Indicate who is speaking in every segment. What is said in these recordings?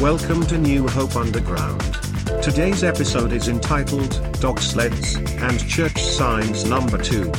Speaker 1: Welcome to New Hope Underground. Today's episode is entitled Dog Sleds and Church Signs Number 2.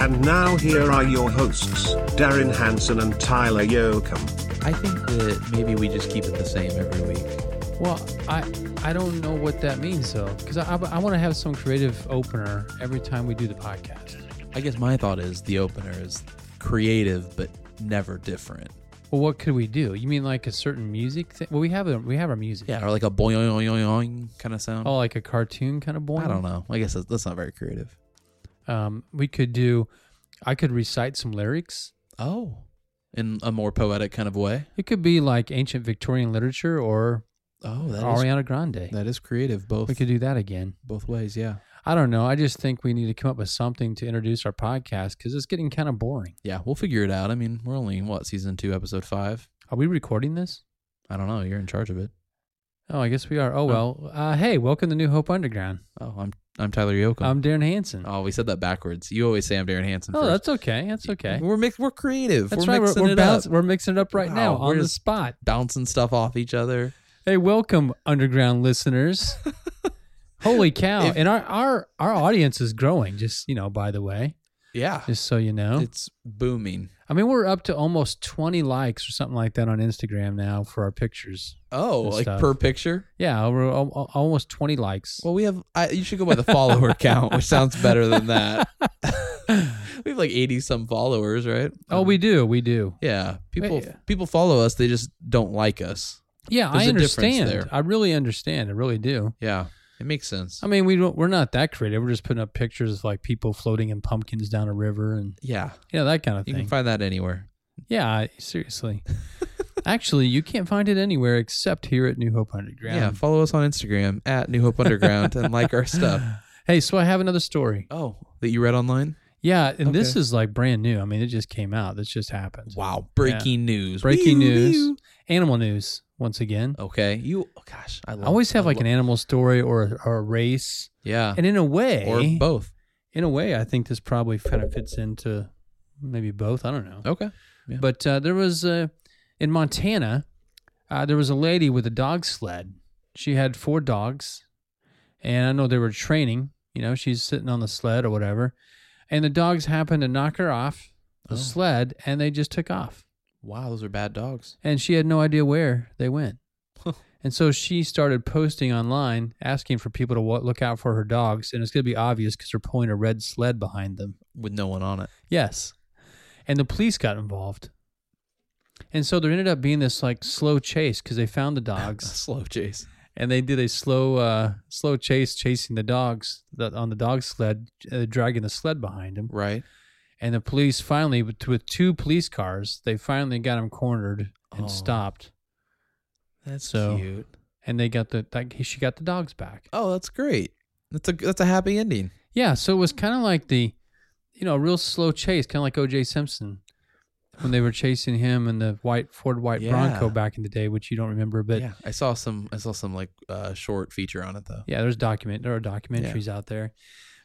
Speaker 1: And now here are your hosts, Darren Hansen and Tyler Yoakum.
Speaker 2: I think that maybe we just keep it the same every week.
Speaker 3: Well, I I don't know what that means though, because I, I want to have some creative opener every time we do the podcast.
Speaker 2: I guess my thought is the opener is creative but never different.
Speaker 3: Well, what could we do? You mean like a certain music thing? Well, we have a, we have our music.
Speaker 2: Yeah, or like a boing oing oing oing kind of sound.
Speaker 3: Oh, like a cartoon kind of boy.
Speaker 2: I don't know. I guess that's, that's not very creative.
Speaker 3: Um, we could do. I could recite some lyrics.
Speaker 2: Oh, in a more poetic kind of way.
Speaker 3: It could be like ancient Victorian literature or
Speaker 2: Oh, that is
Speaker 3: Ariana Grande.
Speaker 2: that is creative both
Speaker 3: We could do that again.
Speaker 2: both ways. Yeah,
Speaker 3: I don't know. I just think we need to come up with something to introduce our podcast because it's getting kind of boring.
Speaker 2: yeah. We'll figure it out. I mean, we're only what season two, episode five.
Speaker 3: Are we recording this?
Speaker 2: I don't know. You're in charge of it.
Speaker 3: Oh, I guess we are. Oh well. Uh, hey, welcome to New Hope Underground.
Speaker 2: Oh, I'm I'm Tyler Yoakum.
Speaker 3: I'm Darren Hansen.
Speaker 2: oh, we said that backwards. You always say I'm Darren Hansen.
Speaker 3: Oh,
Speaker 2: first.
Speaker 3: that's okay. That's okay.
Speaker 2: We're mix, we're creative.
Speaker 3: That's
Speaker 2: we're
Speaker 3: right. We're,
Speaker 2: Mixing
Speaker 3: we're,
Speaker 2: it
Speaker 3: bounce,
Speaker 2: up.
Speaker 3: we're mixing it up right now
Speaker 2: Wow,
Speaker 3: on
Speaker 2: we're
Speaker 3: the
Speaker 2: just-
Speaker 3: spot.
Speaker 2: bouncing stuff off each other.
Speaker 3: Hey, welcome, underground listeners. Holy cow!
Speaker 2: If-
Speaker 3: and our, our our audience is growing. Just you know, by the way,
Speaker 2: Yeah.
Speaker 3: just so you know,
Speaker 2: It's booming.
Speaker 3: I mean, we're up to almost twenty likes or something like that on Instagram now for our pictures.
Speaker 2: Oh,
Speaker 3: Good
Speaker 2: like
Speaker 3: stuff.
Speaker 2: per picture?
Speaker 3: Yeah, we're al- al- almost twenty likes.
Speaker 2: Well, we have I, you should go by the follower count, which sounds better than that. we have like 80 some followers, right?
Speaker 3: oh, we do, we do.
Speaker 2: Yeah. People
Speaker 3: Wait.
Speaker 2: people follow us, they just don't like us.
Speaker 3: Yeah,
Speaker 2: There's
Speaker 3: I
Speaker 2: a difference
Speaker 3: understand.
Speaker 2: there.
Speaker 3: I really understand. I really do.
Speaker 2: Yeah. It makes sense.
Speaker 3: I mean, we don't, we're not that creative. We're just putting up pictures of like people floating in pumpkins down a river and
Speaker 2: yeah.
Speaker 3: you know that kind of
Speaker 2: You
Speaker 3: thing.
Speaker 2: can find that anywhere.
Speaker 3: yeah, I- seriously. Actually, you can't find it anywhere except here at New Hope Underground.
Speaker 2: Yeah, follow us on Instagram at New Hope Underground and like our stuff.
Speaker 3: Hey, so I have another story.
Speaker 2: Oh, that you read online?
Speaker 3: Yeah, and this is like brand new. I mean, it just came out. This just happened.
Speaker 2: Wow, breaking news.
Speaker 3: Breaking
Speaker 2: Wee-oo,
Speaker 3: news.
Speaker 2: wee-oo.
Speaker 3: Animal news once again.
Speaker 2: Okay. You oh, gosh, I love
Speaker 3: I always have like
Speaker 2: love-
Speaker 3: an animal story or or a race,
Speaker 2: Yeah.
Speaker 3: and in a way,
Speaker 2: Or both.
Speaker 3: in a way, I think this probably kind of fits into maybe both. I don't know.
Speaker 2: Okay. Yeah.
Speaker 3: But uh, there was uh, in Montana, uh, there was a lady with a dog sled. She had four dogs, and I know they were training. You know, she's sitting on the sled or whatever, and the dogs happened to knock her off the
Speaker 2: Oh.
Speaker 3: sled, and they just took off.
Speaker 2: Wow, those are bad dogs.
Speaker 3: And she had no idea where they went. and so she started posting online, asking for people to wa look out for her dogs. And it's going to be obvious because they're pulling a red sled behind them.
Speaker 2: With no one on it.
Speaker 3: Yes. And the police got involved. And so there ended up being this like slow chase because they found
Speaker 2: A
Speaker 3: the dogs
Speaker 2: slow chase.
Speaker 3: and they did a slow, uh, slow chase chasing the dogs that on the dog sled, uh, dragging the sled behind them.
Speaker 2: Right.
Speaker 3: And the police finally, with, with two police cars, they finally got him cornered and
Speaker 2: Oh.
Speaker 3: stopped.
Speaker 2: That's
Speaker 3: So-
Speaker 2: cute.
Speaker 3: And they got the that, she got the dogs back.
Speaker 2: Oh, that's great. That's a that's a happy ending.
Speaker 3: Yeah, so it was kind of like the, you know, a real slow chase, kind of like O.J. Simpson when they were chasing him and the white Ford White
Speaker 2: Yeah.
Speaker 3: Bronco back in the day, which you don't remember, but yeah,
Speaker 2: yeah, I saw some I saw some like uh short feature on it though.
Speaker 3: there's document there are documentaries out there,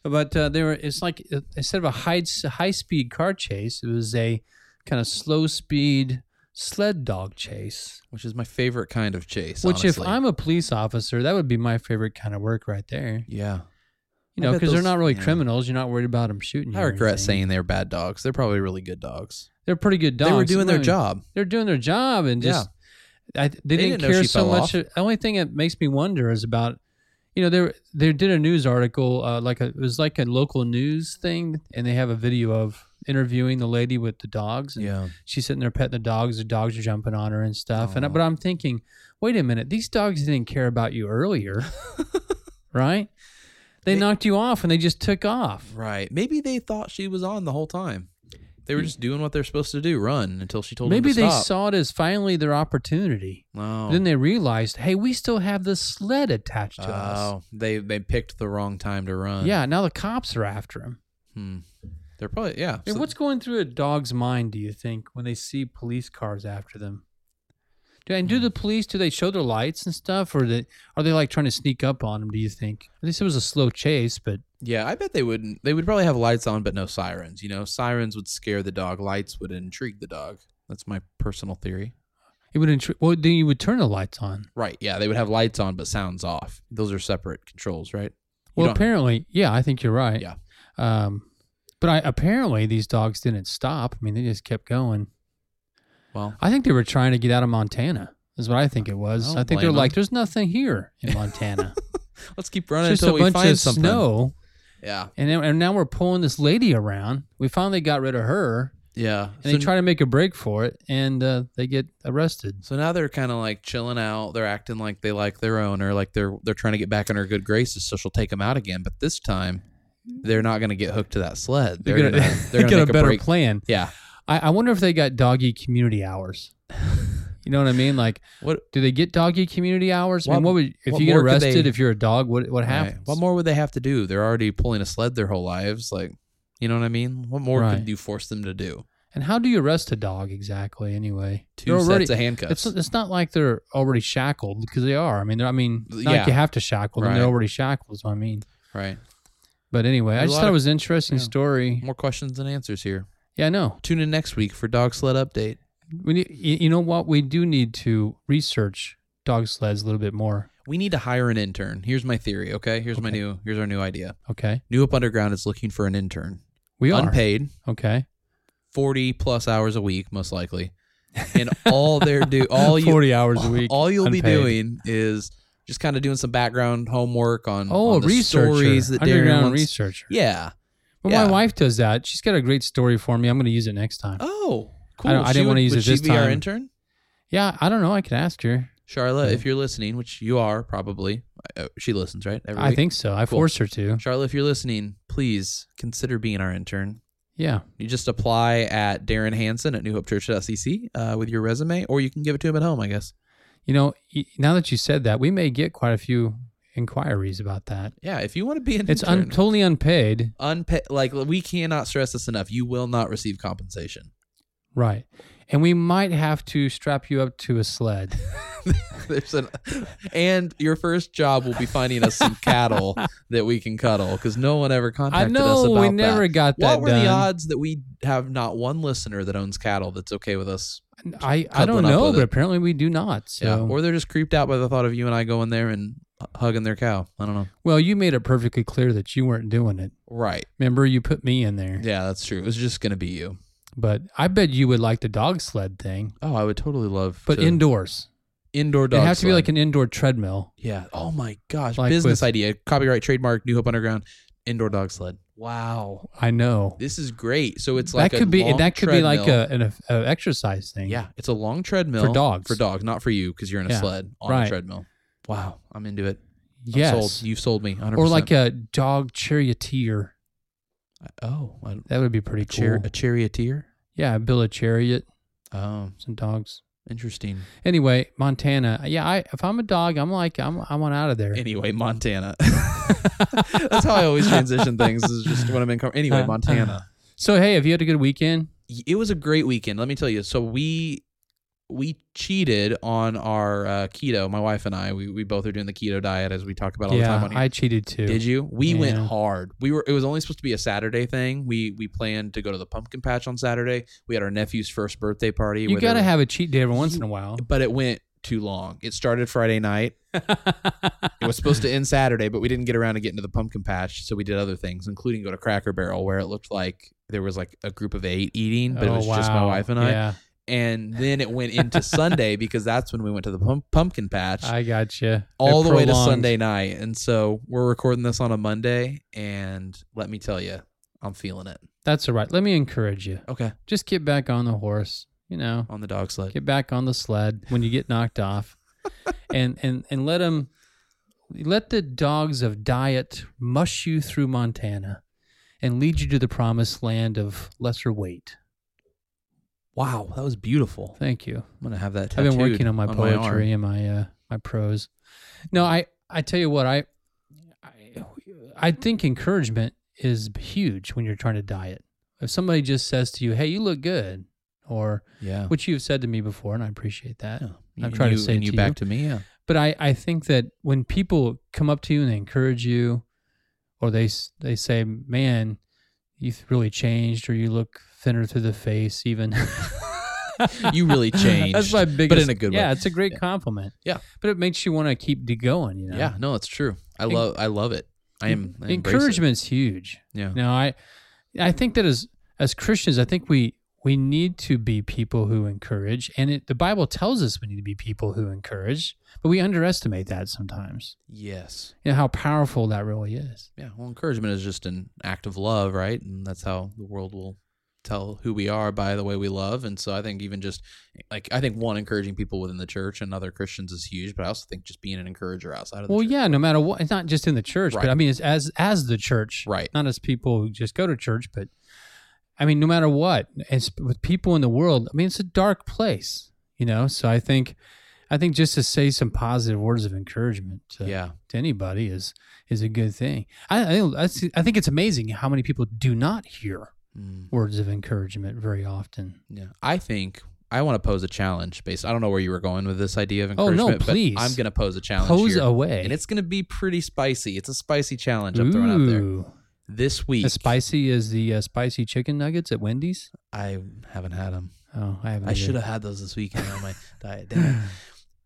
Speaker 3: but uh, they were it's like uh, instead of a high high speed car chase, it was a kind of slow speed sled dog chase.
Speaker 2: Which is my favorite kind of chase.
Speaker 3: which
Speaker 2: honestly.
Speaker 3: if I'm a police officer, that would be my favorite kind of work right there.
Speaker 2: yeah, I
Speaker 3: You know,
Speaker 2: bet
Speaker 3: because they're
Speaker 2: those-
Speaker 3: not really
Speaker 2: yeah.
Speaker 3: criminals. You're not worried about them shooting. you
Speaker 2: I
Speaker 3: or
Speaker 2: regret
Speaker 3: anything.
Speaker 2: saying they're bad dogs. They're probably really good dogs.
Speaker 3: they're pretty good dogs.
Speaker 2: They were doing
Speaker 3: I
Speaker 2: their
Speaker 3: mean,
Speaker 2: job.
Speaker 3: they're doing their job and just I, they, didn't,
Speaker 2: didn't know
Speaker 3: care
Speaker 2: she
Speaker 3: so
Speaker 2: fell
Speaker 3: much. The only thing that makes me wonder is about you know they they did a news article uh, like a, it was like a local news thing and they have a video of interviewing the lady with the dogs and
Speaker 2: Yeah,
Speaker 3: she's sitting there petting the dogs the dogs are jumping on her and stuff and I-
Speaker 2: Aw.
Speaker 3: but I'm thinking wait a minute these dogs didn't care about you earlier right they,
Speaker 2: They-
Speaker 3: knocked you off and they just took off
Speaker 2: right. Maybe they thought she was on the whole time. They were just doing what they're supposed to do, run until she told
Speaker 3: Mm. maybe
Speaker 2: them to
Speaker 3: they
Speaker 2: stop.
Speaker 3: saw it as finally their opportunity
Speaker 2: Oh.
Speaker 3: Then they realized, hey, we still have the sled attached to us.
Speaker 2: Oh, they they picked the wrong time to run.
Speaker 3: Yeah, now the cops are after him.
Speaker 2: Hmm. They're probably yeah.
Speaker 3: Hey,
Speaker 2: so-
Speaker 3: what's going through a dog's mind, do you think, when they see police cars after them? Do, and
Speaker 2: Hmm.
Speaker 3: do the police do they show their lights and stuff, or they, are they like trying to sneak up on them? Do you think? At least it was a slow chase, but
Speaker 2: Yeah, I bet they wouldn't. They would probably have lights on, but no sirens. You know, sirens would scare the dog. Lights would intrigue the dog. That's my personal theory.
Speaker 3: It would intr- well then you would turn the lights on.
Speaker 2: Right. Yeah, they would have lights on but sounds off. Those are separate controls, right? You
Speaker 3: Well,
Speaker 2: don't-
Speaker 3: apparently, yeah, I think you're right.
Speaker 2: Yeah.
Speaker 3: Um, but I apparently these dogs didn't stop. I mean, they just kept going.
Speaker 2: Well,
Speaker 3: I think they were trying to get out of Montana. Is what I think it
Speaker 2: I
Speaker 3: was.
Speaker 2: don't
Speaker 3: I, think they're
Speaker 2: blame
Speaker 3: like,
Speaker 2: them.
Speaker 3: there's nothing here in Montana.
Speaker 2: let's keep
Speaker 3: it's
Speaker 2: running
Speaker 3: just
Speaker 2: until
Speaker 3: a
Speaker 2: we
Speaker 3: bunch
Speaker 2: find
Speaker 3: of
Speaker 2: something.
Speaker 3: snow.
Speaker 2: Yeah.
Speaker 3: And then, and now we're pulling this lady around. We finally got rid of her,
Speaker 2: Yeah.
Speaker 3: and they try to make a break for it, and uh, they get arrested.
Speaker 2: So now they're kind of like chilling out. They're acting like they like their owner, like they're they're trying to get back in her good graces, so she'll take them out again. But this time, they're not going to get hooked to that sled. They're,
Speaker 3: gonna-
Speaker 2: going to they're going
Speaker 3: get
Speaker 2: to
Speaker 3: a
Speaker 2: make a,
Speaker 3: better
Speaker 2: break.
Speaker 3: plan.
Speaker 2: Yeah.
Speaker 3: I, I wonder if they got doggy community hours. you know what I mean? Like,
Speaker 2: What
Speaker 3: do they get doggy community hours? I
Speaker 2: What-
Speaker 3: mean, what would if
Speaker 2: what
Speaker 3: you get
Speaker 2: more could
Speaker 3: arrested
Speaker 2: they-
Speaker 3: if you're a dog? What what
Speaker 2: right.
Speaker 3: happens?
Speaker 2: What more would they have to do? They're already pulling a sled their whole lives. Like, you know what I mean? What more
Speaker 3: Right.
Speaker 2: could you force them to do?
Speaker 3: And how do you arrest a dog exactly? Anyway,
Speaker 2: Two
Speaker 3: They're
Speaker 2: sets
Speaker 3: already-
Speaker 2: of handcuffs.
Speaker 3: It's, it's not like they're already shackled because they are. I mean, they're- I mean, it's not
Speaker 2: Yeah.
Speaker 3: like you have to shackle them; they're
Speaker 2: Right.
Speaker 3: already shackled. Is what I mean.
Speaker 2: right.
Speaker 3: But anyway, I
Speaker 2: There's a
Speaker 3: just
Speaker 2: lot
Speaker 3: thought
Speaker 2: of-
Speaker 3: it was an interesting
Speaker 2: yeah.
Speaker 3: story.
Speaker 2: More questions than answers here.
Speaker 3: Yeah, I know.
Speaker 2: Tune in next week for Dog Sled Update.
Speaker 3: We need, you you know what? We do need to research dog sleds a little bit more.
Speaker 2: We need to hire an intern. Here's my theory. Okay. Here's my new. Here's our new idea.
Speaker 3: Okay,
Speaker 2: New Up Underground is looking for an intern,
Speaker 3: we are
Speaker 2: unpaid.
Speaker 3: Okay,
Speaker 2: 40 plus hours a week most likely and all they're do all you
Speaker 3: forty hours a week.
Speaker 2: all you'll be
Speaker 3: unpaid.
Speaker 2: doing is just kind of doing some background homework on
Speaker 3: Oh,
Speaker 2: on
Speaker 3: a
Speaker 2: the
Speaker 3: researcher,
Speaker 2: stories that Darren
Speaker 3: underground
Speaker 2: wants.
Speaker 3: researcher.
Speaker 2: yeah
Speaker 3: Well,
Speaker 2: yeah.
Speaker 3: my wife does that. She's got a great story for me. I'm going to use it next time.
Speaker 2: oh cool
Speaker 3: I don't- I
Speaker 2: She
Speaker 3: didn't
Speaker 2: would-
Speaker 3: wanna use
Speaker 2: would
Speaker 3: it
Speaker 2: she
Speaker 3: this
Speaker 2: be our
Speaker 3: time.
Speaker 2: intern
Speaker 3: Yeah, I don't know. I could ask her.
Speaker 2: Charlotte if you're listening which you are probably uh, she listens right Every
Speaker 3: I
Speaker 2: week?
Speaker 3: think so. I
Speaker 2: Cool.
Speaker 3: forced her to.
Speaker 2: Charlotte if you're listening please consider being our intern
Speaker 3: Yeah.
Speaker 2: you just apply at Darren Hansen at newhopechurch.cc uh, with your resume or you can give it to him at home I guess
Speaker 3: You know, y- now that you said that, we may get quite a few inquiries about that.
Speaker 2: yeah if you want to be an
Speaker 3: It's
Speaker 2: intern,
Speaker 3: un- totally unpaid.
Speaker 2: unpaid like we cannot stress this enough you will not receive compensation
Speaker 3: Right. And we might have to strap you up to a sled.
Speaker 2: There's an, and your first job will be finding us some cattle that we can cuddle because no one ever
Speaker 3: I
Speaker 2: contacted us
Speaker 3: know
Speaker 2: about
Speaker 3: we
Speaker 2: that.
Speaker 3: never got that
Speaker 2: what were
Speaker 3: done.
Speaker 2: the odds that we have not one listener that owns cattle that's okay with us
Speaker 3: I, I don't
Speaker 2: Cuddling up
Speaker 3: know,
Speaker 2: with
Speaker 3: but
Speaker 2: it.
Speaker 3: apparently we do not. So,
Speaker 2: yeah or they're just creeped out by the thought of you and i going there and h- hugging their cow i don't know
Speaker 3: well, you made it perfectly clear that you weren't doing it.
Speaker 2: right
Speaker 3: Remember, you put me in there,
Speaker 2: yeah that's true it was just gonna be you
Speaker 3: but I bet you would like the dog sled thing,
Speaker 2: oh i would totally love
Speaker 3: but
Speaker 2: to-
Speaker 3: indoors.
Speaker 2: indoor
Speaker 3: It'd
Speaker 2: dogs
Speaker 3: have to be like an indoor treadmill.
Speaker 2: Yeah. Oh my gosh.
Speaker 3: Like
Speaker 2: Business
Speaker 3: with-
Speaker 2: idea. Copyright trademark. New Hope Underground. Indoor dog sled. Wow.
Speaker 3: I know.
Speaker 2: This is great. So it's like
Speaker 3: that
Speaker 2: a
Speaker 3: could be
Speaker 2: long
Speaker 3: that could be like
Speaker 2: treadmill.
Speaker 3: a, an a exercise thing.
Speaker 2: yeah. It's a long treadmill
Speaker 3: For dogs.
Speaker 2: For dogs, not for you because you're in a
Speaker 3: Yeah.
Speaker 2: sled on
Speaker 3: Right.
Speaker 2: a treadmill. Wow. I'm into it. I'm
Speaker 3: Yes.
Speaker 2: sold. You've sold me. 100%.
Speaker 3: or like a dog charioteer.
Speaker 2: oh I,
Speaker 3: That would be pretty
Speaker 2: a, char-
Speaker 3: cool.
Speaker 2: a charioteer.
Speaker 3: yeah, build a chariot,
Speaker 2: Oh,
Speaker 3: some dogs.
Speaker 2: interesting.
Speaker 3: Anyway, Montana. Yeah, I if I'm a dog, I'm like I'm I want out of there.
Speaker 2: Anyway, Montana. That's how I always transition things. Is just when I'm in. com-
Speaker 3: Uh-huh.
Speaker 2: Anyway, Montana.
Speaker 3: So hey, have you had a good weekend?
Speaker 2: y- it was a great weekend. Let me tell you. So we we cheated on our uh, keto. My wife and I, we, we both are doing the keto diet as we talk about all the time
Speaker 3: yeah,
Speaker 2: on here.
Speaker 3: I cheated too.
Speaker 2: Did you? We went
Speaker 3: Yeah.
Speaker 2: hard. We were. It was only supposed to be a Saturday thing. We we planned to go to the pumpkin patch on Saturday. We had our nephew's first birthday party.
Speaker 3: You
Speaker 2: where
Speaker 3: got to
Speaker 2: there-
Speaker 3: have a cheat day every once in a while.
Speaker 2: But it went too long. It started Friday night. It was supposed to end Saturday, but we didn't get around to getting to the pumpkin patch, so we did other things, including go to Cracker Barrel, where it looked like there was like a group of eight eating, but it
Speaker 3: Oh,
Speaker 2: was just my
Speaker 3: wow.
Speaker 2: wife and I
Speaker 3: Yeah,
Speaker 2: and then it went into Sunday because that's when we went to the pump- pumpkin patch
Speaker 3: I got you.
Speaker 2: all the way to Sunday night. And so we're recording this on a Monday, and let me tell you, I'm feeling it.
Speaker 3: That's all right. Let me encourage you.
Speaker 2: Okay,
Speaker 3: Just get back on the horse. You know,
Speaker 2: on the dog sled.
Speaker 3: get back on the sled when you get knocked off and and and let them let the dogs of diet mush you through montana and lead you to the promised land of lesser weight
Speaker 2: Wow, that was beautiful.
Speaker 3: thank you
Speaker 2: I'm gonna have that.
Speaker 3: i've been working
Speaker 2: tattooed
Speaker 3: on my
Speaker 2: arm.
Speaker 3: poetry and my uh, my prose no i i tell you what i i, I think encouragement is huge when you're trying to diet if somebody just says to you hey you look good or
Speaker 2: yeah,
Speaker 3: which you've said to me before and i appreciate that
Speaker 2: yeah. You-
Speaker 3: I'm trying to
Speaker 2: you,
Speaker 3: say
Speaker 2: and
Speaker 3: to
Speaker 2: you
Speaker 3: you-
Speaker 2: back to me. Yeah,
Speaker 3: but I, I think that when people come up to you and they encourage you or they s- they say man you've really changed or you look thinner through the face even
Speaker 2: you really changed.
Speaker 3: That's my biggest.
Speaker 2: but in a good
Speaker 3: Yeah,
Speaker 2: way.
Speaker 3: it's a great compliment.
Speaker 2: Yeah.
Speaker 3: but it makes you want to keep d- going. You know.
Speaker 2: Yeah. no, it's true. I love I love it. I am I embrace it.
Speaker 3: encouragement's huge.
Speaker 2: Yeah.
Speaker 3: No, I I think that as as Christians, I think we we need to be people who encourage, and it, the Bible tells us we need to be people who encourage, but we underestimate that sometimes.
Speaker 2: Yes.
Speaker 3: You know how powerful that really is.
Speaker 2: Yeah. Well, encouragement is just an act of love, right? And that's how the world will tell who we are by the way we love. And so I think even just like I think one encouraging people within the church and other Christians is huge, but I also think just being an encourager outside of the
Speaker 3: Well,
Speaker 2: church.
Speaker 3: yeah, no matter what, it's not just in the church,
Speaker 2: Right.
Speaker 3: but I mean, it's as as the church,
Speaker 2: Right.
Speaker 3: Not as people who just go to church, but I mean, no matter what, it's with people in the world. I mean, it's a dark place, you know. So I think, I think just to say some positive words of encouragement, to,
Speaker 2: Yeah.
Speaker 3: to anybody is is a good thing. I I, I see- I think it's amazing how many people do not hear
Speaker 2: Mm.
Speaker 3: words of encouragement very often.
Speaker 2: Yeah, I think I want to pose a challenge based. I don't know where you were going with this idea of
Speaker 3: Oh, no,
Speaker 2: encouragement. but
Speaker 3: please.
Speaker 2: I'm going to pose a challenge.
Speaker 3: Pose
Speaker 2: here,
Speaker 3: away.
Speaker 2: and it's going to be pretty spicy. It's a spicy challenge I'm throwing out there
Speaker 3: Ooh.
Speaker 2: this week.
Speaker 3: As spicy as the uh, spicy chicken nuggets at Wendy's.
Speaker 2: I haven't had them.
Speaker 3: Oh, I haven't.
Speaker 2: I
Speaker 3: either.
Speaker 2: should have had those this weekend on my diet. Damn it.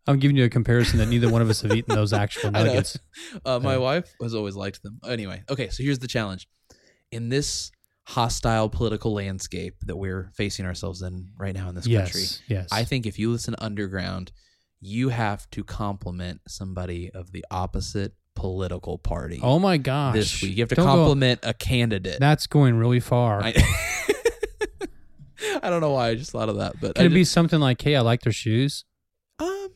Speaker 3: I'm giving you a comparison that neither one of us have eaten those actual
Speaker 2: I know.
Speaker 3: nuggets.
Speaker 2: Uh, my
Speaker 3: Yeah.
Speaker 2: wife has always liked them. Anyway, okay, so here's the challenge. In this hostile political landscape that we're facing ourselves in right now in this
Speaker 3: Yes,
Speaker 2: country,
Speaker 3: yes.
Speaker 2: I think if you listen to underground, you have to compliment somebody of the opposite political party
Speaker 3: oh my gosh!
Speaker 2: this week. You have to
Speaker 3: Don't go-
Speaker 2: compliment a candidate.
Speaker 3: that's going really far.
Speaker 2: I, I don't know why I just thought of that, but
Speaker 3: Could
Speaker 2: I
Speaker 3: it be something like, "Hey, I like their shoes."
Speaker 2: be? Um,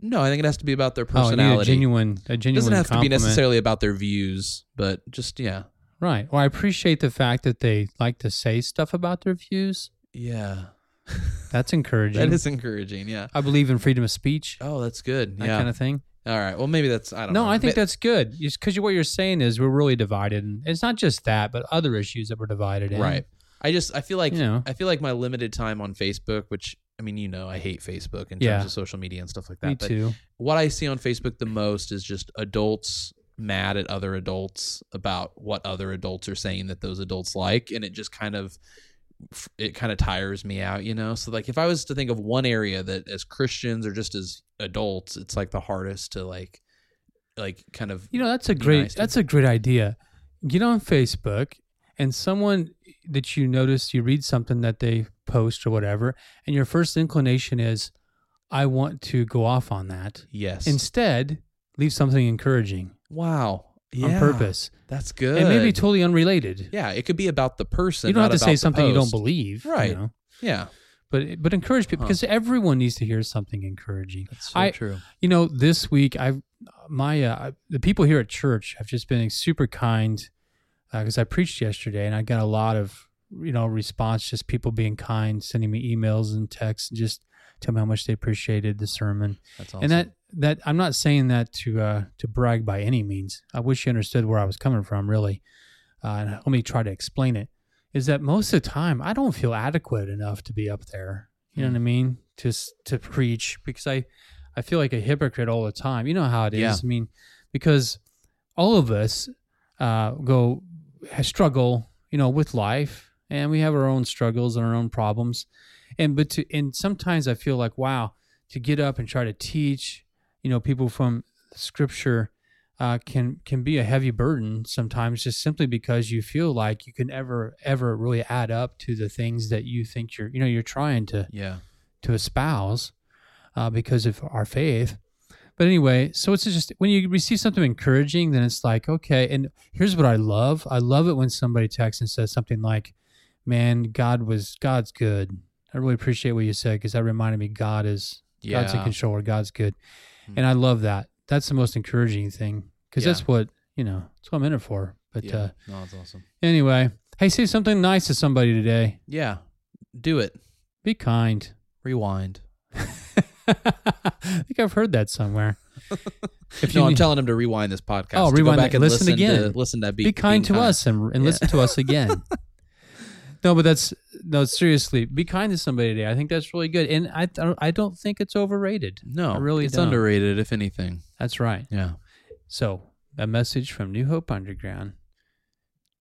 Speaker 2: no, I think it has to be about their
Speaker 3: Oh, I need a
Speaker 2: personality.
Speaker 3: genuine, a
Speaker 2: it
Speaker 3: genuine.
Speaker 2: doesn't have
Speaker 3: compliment.
Speaker 2: to be necessarily about their views, but just yeah,
Speaker 3: right? Well, I appreciate the fact that they like to say stuff about their views.
Speaker 2: yeah.
Speaker 3: That's encouraging.
Speaker 2: That is encouraging. Yeah.
Speaker 3: I believe in freedom of speech,
Speaker 2: Oh, that's good.
Speaker 3: that
Speaker 2: yeah.
Speaker 3: kind of thing.
Speaker 2: All right. Well, maybe that's I don't
Speaker 3: No,
Speaker 2: know.
Speaker 3: I think
Speaker 2: Ma-
Speaker 3: that's good. Because what you're saying is we're really divided, and it's not just that, but other issues that we're divided in.
Speaker 2: Right. I just I feel like
Speaker 3: You know.
Speaker 2: I feel like my limited time on Facebook, which I mean, you know, I hate Facebook in terms
Speaker 3: Yeah.
Speaker 2: of social media and stuff like that.
Speaker 3: Me
Speaker 2: but
Speaker 3: too.
Speaker 2: what I see on Facebook the most is just adults mad at other adults about what other adults are saying that those adults like and it just kind of it kind of tires me out, you know. So like if I was to think of one area that as Christians or just as adults, it's like the hardest to like like kind of
Speaker 3: You know, that's a
Speaker 2: Be
Speaker 3: great
Speaker 2: nice to
Speaker 3: that's a great idea. Get on Facebook and someone that you notice you read something that they post or whatever, and your first inclination is, I want to go off on that.
Speaker 2: yes.
Speaker 3: Instead, leave something encouraging
Speaker 2: wow.
Speaker 3: on purpose.
Speaker 2: That's good.
Speaker 3: And maybe totally unrelated.
Speaker 2: Yeah, it could be about the person.
Speaker 3: you don't have
Speaker 2: not
Speaker 3: to say
Speaker 2: about the
Speaker 3: something you don't
Speaker 2: post.
Speaker 3: believe. you
Speaker 2: Right.
Speaker 3: know?
Speaker 2: Yeah,
Speaker 3: But but encourage people
Speaker 2: Huh.
Speaker 3: because everyone needs to hear something encouraging.
Speaker 2: that's so
Speaker 3: I-
Speaker 2: true.
Speaker 3: You know, this week I've my uh, the people here at church have just been super kind because I preached yesterday and I got a lot of you know response, just people being kind, sending me emails and texts, and just tell me how much they appreciated the sermon.
Speaker 2: That's awesome.
Speaker 3: And that that I'm not saying that to uh, to brag by any means. I wish you understood where I was coming from, really. Uh, and let me try to explain it. Is that most of the time I don't feel adequate enough to be up there. You know
Speaker 2: Hmm.
Speaker 3: what I mean? To s- to preach because I I feel like a hypocrite all the time. You know how it is.
Speaker 2: Yeah.
Speaker 3: I mean, because all of us uh, go struggle, you know, with life, and we have our own struggles and our own problems. And but to and sometimes I feel like wow, to get up and try to teach, you know, people from Scripture uh, can can be a heavy burden sometimes, just simply because you feel like you can ever ever really add up to the things that you think you're you know you're trying to
Speaker 2: yeah,
Speaker 3: to espouse uh, because of our faith. But anyway, so it's just when you receive something encouraging, then it's like, okay, and here's what I love. I love it when somebody texts and says something like, man, God was, God's good. I really appreciate what you said because that reminded me God is,
Speaker 2: yeah.
Speaker 3: God's in control or God's good.
Speaker 2: Hmm.
Speaker 3: And I love that. That's the most encouraging thing because
Speaker 2: Yeah.
Speaker 3: that's what, you know, that's what I'm in it for. But
Speaker 2: yeah.
Speaker 3: uh,
Speaker 2: no, that's awesome.
Speaker 3: anyway, hey, say something nice to somebody today.
Speaker 2: Yeah, do it.
Speaker 3: Be kind.
Speaker 2: Rewind.
Speaker 3: I think I've heard that somewhere. If
Speaker 2: no,
Speaker 3: you
Speaker 2: I'm
Speaker 3: need-
Speaker 2: telling him to rewind this podcast.
Speaker 3: Oh,
Speaker 2: to
Speaker 3: rewind
Speaker 2: Go back
Speaker 3: it.
Speaker 2: and
Speaker 3: Listen
Speaker 2: To,
Speaker 3: again.
Speaker 2: listen to that.
Speaker 3: be, kind to us and, and
Speaker 2: uh, Yeah.
Speaker 3: listen to us again. no, but that's no seriously. Be kind to somebody today. I think that's really good, and I I don't- I don't think it's overrated.
Speaker 2: No,
Speaker 3: I really
Speaker 2: it's
Speaker 3: don't.
Speaker 2: underrated, if anything.
Speaker 3: That's right.
Speaker 2: Yeah,
Speaker 3: So a message from New Hope Underground.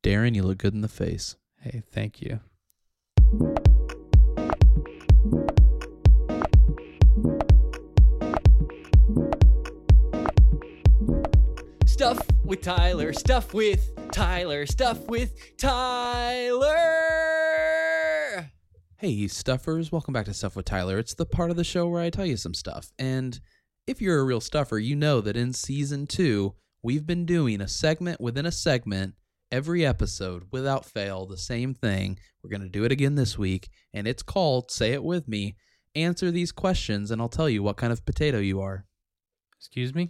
Speaker 2: Darren, you look good in the face.
Speaker 3: Hey, thank you.
Speaker 4: Stuff with Tyler, stuff with Tyler, stuff with Tyler.
Speaker 2: Hey, you stuffers, welcome back to Stuff with Tyler. It's the part of the show where I tell you some stuff. And if you're a real stuffer, you know that in season two, we've been doing a segment within a segment every episode without fail, the same thing. We're going to do it again this week. And it's called Say It With Me Answer These Questions, and I'll tell you what kind of potato you are.
Speaker 3: Excuse me.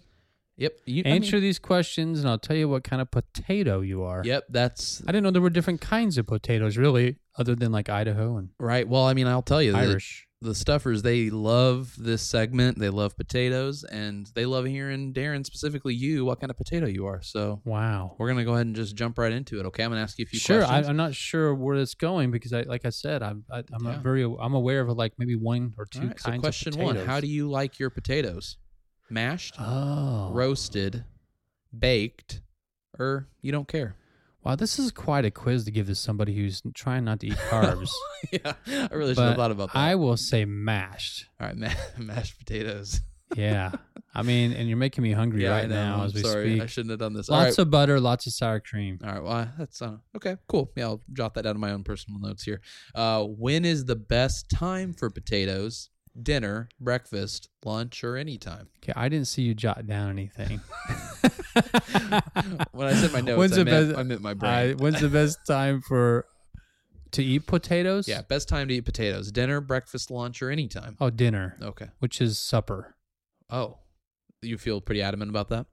Speaker 2: Yep. You, I mean-
Speaker 3: Answer these questions, and I'll tell you what kind of potato you are.
Speaker 2: Yep, that's
Speaker 3: I didn't know there were different kinds of potatoes, really, other than like Idaho and
Speaker 2: right. Well, I mean, I'll tell you, the,
Speaker 3: Irish.
Speaker 2: the stuffers they love this segment. They love potatoes, and they love hearing Darren specifically you what kind of potato you are. So
Speaker 3: Wow.
Speaker 2: we're gonna go ahead and just jump right into it. Okay, I'm gonna ask you a few
Speaker 3: Sure, I,
Speaker 2: questions.
Speaker 3: I'm not sure where it's going because, I, like I said, I'm I, I'm
Speaker 2: Yeah.
Speaker 3: not very I'm aware of like maybe one or two
Speaker 2: All right,
Speaker 3: kinds.
Speaker 2: so question
Speaker 3: of
Speaker 2: one:
Speaker 3: potatoes.
Speaker 2: How do you like your potatoes? Mashed,
Speaker 3: Oh,
Speaker 2: roasted, baked, or you don't care?
Speaker 3: wow, this is quite a quiz to give to somebody who's trying not to eat carbs.
Speaker 2: yeah, I really should have
Speaker 3: But
Speaker 2: thought about that.
Speaker 3: I will say mashed.
Speaker 2: All right, ma- mashed potatoes.
Speaker 3: Yeah, I mean, and you're making me hungry
Speaker 2: Yeah, I
Speaker 3: right
Speaker 2: know.
Speaker 3: now
Speaker 2: I'm
Speaker 3: as we
Speaker 2: sorry, I
Speaker 3: speak.
Speaker 2: shouldn't have done this. All right,
Speaker 3: Lots of butter, lots of sour cream.
Speaker 2: All right. Well, that's uh, okay. Cool. Yeah, I'll jot that down in my own personal notes here. Uh, when is the best time for potatoes? Dinner, breakfast, lunch, or any time?
Speaker 3: Okay, I didn't see you jot down anything.
Speaker 2: When I said my notes,
Speaker 3: When's
Speaker 2: I,
Speaker 3: the
Speaker 2: meant,
Speaker 3: best-
Speaker 2: I meant my
Speaker 3: I-
Speaker 2: brain.
Speaker 3: when's the best time for to eat potatoes?
Speaker 2: yeah, best time to eat potatoes: dinner, breakfast, lunch, or any time.
Speaker 3: Oh, dinner,
Speaker 2: Okay.
Speaker 3: which is supper.
Speaker 2: Oh, you feel pretty adamant about that.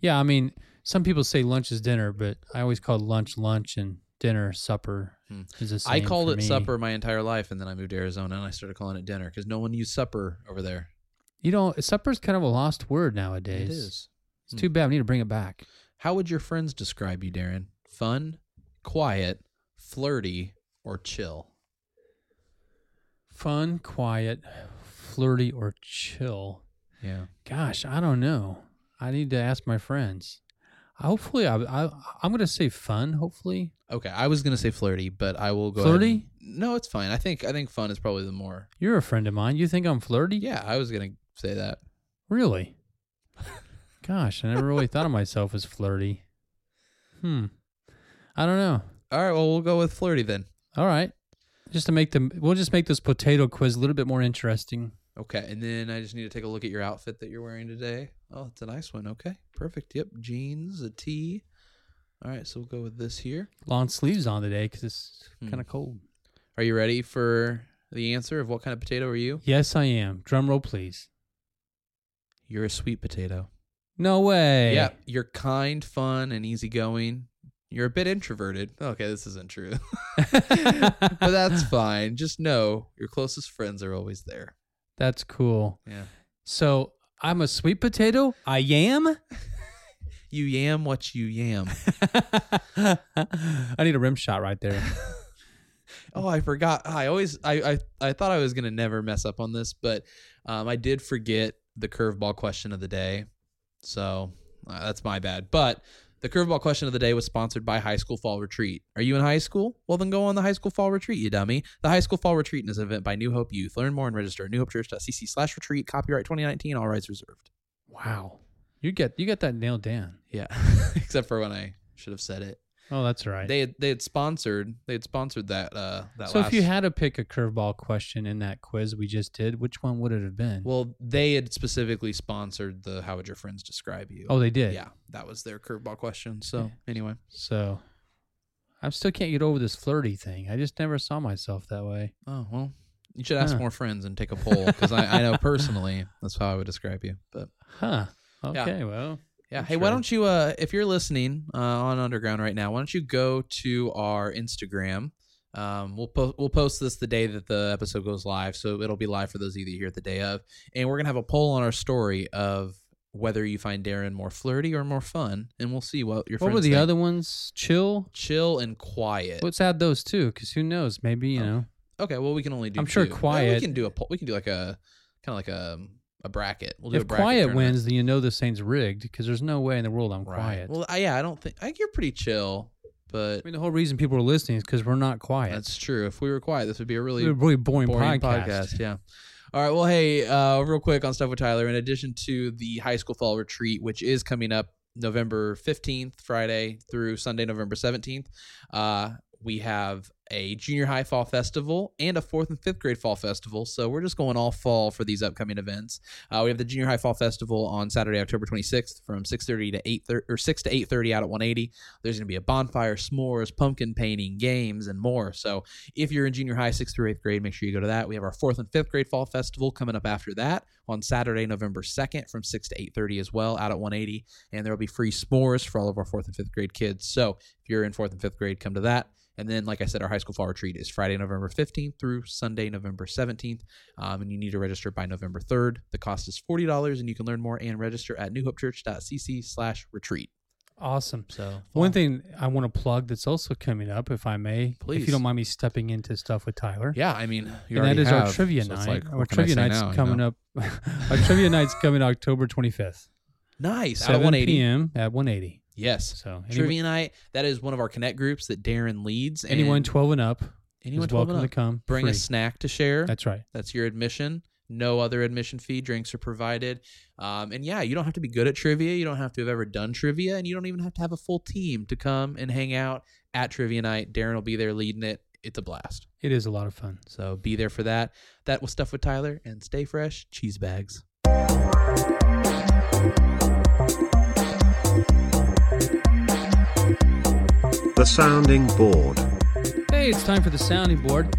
Speaker 3: Yeah, I mean, some people say lunch is dinner, but I always call lunch lunch and dinner supper
Speaker 2: Hmm.
Speaker 3: is the same.
Speaker 2: I called
Speaker 3: for
Speaker 2: it
Speaker 3: me.
Speaker 2: supper my entire life, and then I moved to Arizona and I started calling it dinner because no one used supper over there.
Speaker 3: You know, supper's kind of a lost word nowadays.
Speaker 2: It is. Hmm.
Speaker 3: It's too bad. We need to bring it back.
Speaker 2: How would your friends describe you, Darren? Fun, quiet, flirty, or chill?
Speaker 3: Fun, quiet, flirty, or chill.
Speaker 2: Yeah.
Speaker 3: Gosh, I don't know. I need to ask my friends. Hopefully, I, I I'm going to say fun. Hopefully,
Speaker 2: Okay, I was gonna say flirty, but I will go.
Speaker 3: Flirty?
Speaker 2: ahead and- no, it's fine. I think I think fun is probably the more.
Speaker 3: you're a friend of mine. You think I'm flirty?
Speaker 2: Yeah, I was gonna say that.
Speaker 3: Really? Gosh, I never really thought of myself as flirty. Hmm. I don't know.
Speaker 2: All right, well we'll go with flirty then.
Speaker 3: All right. Just to make them, we'll just make this potato quiz a little bit more interesting.
Speaker 2: Okay, and then I just need to take a look at your outfit that you're wearing today. Oh, it's a nice one. Okay, perfect. Yep, jeans, a tee. All right, so we'll go with this here.
Speaker 3: Long sleeves on today because it's
Speaker 2: Hmm.
Speaker 3: kind of cold.
Speaker 2: Are you ready for the answer of what kind of potato are you?
Speaker 3: Yes, I am. Drum roll, please.
Speaker 2: You're a sweet potato.
Speaker 3: No way.
Speaker 2: Yeah, you're kind, fun, and easygoing. You're a bit introverted. Okay, this isn't true.
Speaker 3: but
Speaker 2: but that's fine. Just know your closest friends are always there.
Speaker 3: that's cool.
Speaker 2: Yeah.
Speaker 3: So I'm a sweet potato. I am.
Speaker 2: You yam what you yam.
Speaker 3: I need a rim shot right there.
Speaker 2: oh, I forgot. I always I, I I thought I was gonna never mess up on this, but um, I did forget the curveball question of the day. So uh, that's my bad. But the curveball question of the day was sponsored by High School Fall Retreat. Are you in high school? Well, then go on the High School Fall Retreat, you dummy. The High School Fall Retreat is an event by New Hope Youth. Learn more and register at newhopechurch.cc slash retreat. Copyright 2019. All rights reserved.
Speaker 3: Wow. You get you got that nailed down.
Speaker 2: Yeah, except for when I should have said it.
Speaker 3: Oh, that's right.
Speaker 2: They had, they had sponsored they had sponsored that uh that
Speaker 3: so
Speaker 2: last
Speaker 3: if you had to pick a curveball question in that quiz we just did, which one would it have been?
Speaker 2: well they had specifically sponsored the how would your friends describe you
Speaker 3: oh, they did.
Speaker 2: yeah that was their curveball question so anyway
Speaker 3: So I still can't get over this flirty thing. I just never saw myself that way.
Speaker 2: oh well you should ask
Speaker 3: Huh.
Speaker 2: more friends and take a poll because I, I know personally that's how I would describe you but
Speaker 3: Huh. Okay, well.
Speaker 2: Yeah.
Speaker 3: I'm
Speaker 2: Hey, why
Speaker 3: sure.
Speaker 2: don't you, uh, if you're listening uh, on Underground right now, why don't you go to our Instagram? Um, we'll po- we'll post this the day that the episode goes live, so it'll be live for those of you that hear it the day of. And we're gonna have a poll on our story of whether you find Darren more flirty or more fun, and we'll see what your
Speaker 3: What
Speaker 2: friends
Speaker 3: were the
Speaker 2: think.
Speaker 3: other ones? Chill?
Speaker 2: chill and quiet.
Speaker 3: Let's add those too, because who knows? Maybe, you
Speaker 2: Okay.
Speaker 3: know.
Speaker 2: Okay, well we can only do.
Speaker 3: I'm sure
Speaker 2: two. Yeah, We
Speaker 3: quiet-
Speaker 2: can do a poll. We can do like a kind of like a a bracket. We'll do a
Speaker 3: if
Speaker 2: bracket
Speaker 3: quiet
Speaker 2: tournament.
Speaker 3: wins, then you know this thing's rigged, because there's no way in the world I'm
Speaker 2: right?
Speaker 3: quiet.
Speaker 2: Well, I, yeah, I don't think I think you're pretty chill, but
Speaker 3: I mean, the whole reason people are listening is because we're not quiet.
Speaker 2: That's true. If we were quiet, this would be a really
Speaker 3: We're a really boring,
Speaker 2: boring
Speaker 3: podcast.
Speaker 2: podcast. Yeah. All right. Well, hey, uh, real quick on stuff with Tyler. In addition to the high school fall retreat, which is coming up November 15th, Friday through Sunday, November 17th. Uh, we have a junior high fall festival and a fourth and fifth grade fall festival. So we're just going all fall for these upcoming events. Uh, we have the junior high fall festival on Saturday, October 26th from 6:30 to 8:30 or 6 to 8:30 out at 180. There's going to be a bonfire, s'mores, pumpkin painting, games, and more. So if you're in junior high, sixth through eighth grade, make sure you go to that. We have our fourth and fifth grade fall festival coming up after that on Saturday, November 2nd from 6 to 8:30 as well out at 180. And there will be free s'mores for all of our fourth and fifth grade kids. So if you're in fourth and fifth grade, come to that. And then, like I said, our high school fall retreat is Friday, November 15th through Sunday, November 17th. Um, and you need to register by November 3rd. The cost is $40, and you can learn more and register at newhopechurch.cc slash retreat.
Speaker 3: Awesome.
Speaker 2: So,
Speaker 3: One thing I want to plug that's also coming up, if I may, if
Speaker 2: Please.
Speaker 3: you don't mind me stepping into stuff with Tyler.
Speaker 2: yeah, I mean, you
Speaker 3: and that
Speaker 2: already
Speaker 3: is our
Speaker 2: have,
Speaker 3: trivia
Speaker 2: so it's
Speaker 3: night.
Speaker 2: like,
Speaker 3: our
Speaker 2: what can I
Speaker 3: trivia
Speaker 2: say
Speaker 3: night's
Speaker 2: now, you
Speaker 3: coming
Speaker 2: know?
Speaker 3: up. our trivia night's coming October 25th,
Speaker 2: Nice. Out of
Speaker 3: 7
Speaker 2: 180.
Speaker 3: p.m. at 180.
Speaker 2: Yes.
Speaker 3: So any-
Speaker 2: Trivia night. That is one of our connect groups that Darren leads. and
Speaker 3: anyone 12 and up
Speaker 2: anyone
Speaker 3: is
Speaker 2: 12
Speaker 3: welcome
Speaker 2: and
Speaker 3: to
Speaker 2: up,
Speaker 3: come.
Speaker 2: bring a
Speaker 3: free.
Speaker 2: snack to share.
Speaker 3: That's right.
Speaker 2: That's your admission. No other admission fee. Drinks are provided. Um, and yeah, you don't have to be good at trivia. You don't have to have ever done trivia, and you don't even have to have a full team to come and hang out at trivia night. Darren will be there leading it. It's a blast.
Speaker 3: It is a lot of fun.
Speaker 2: So be there for that. That was stuff with Tyler and stay fresh. Cheese bags.
Speaker 1: The sounding board.
Speaker 3: Hey, it's time for the sounding board.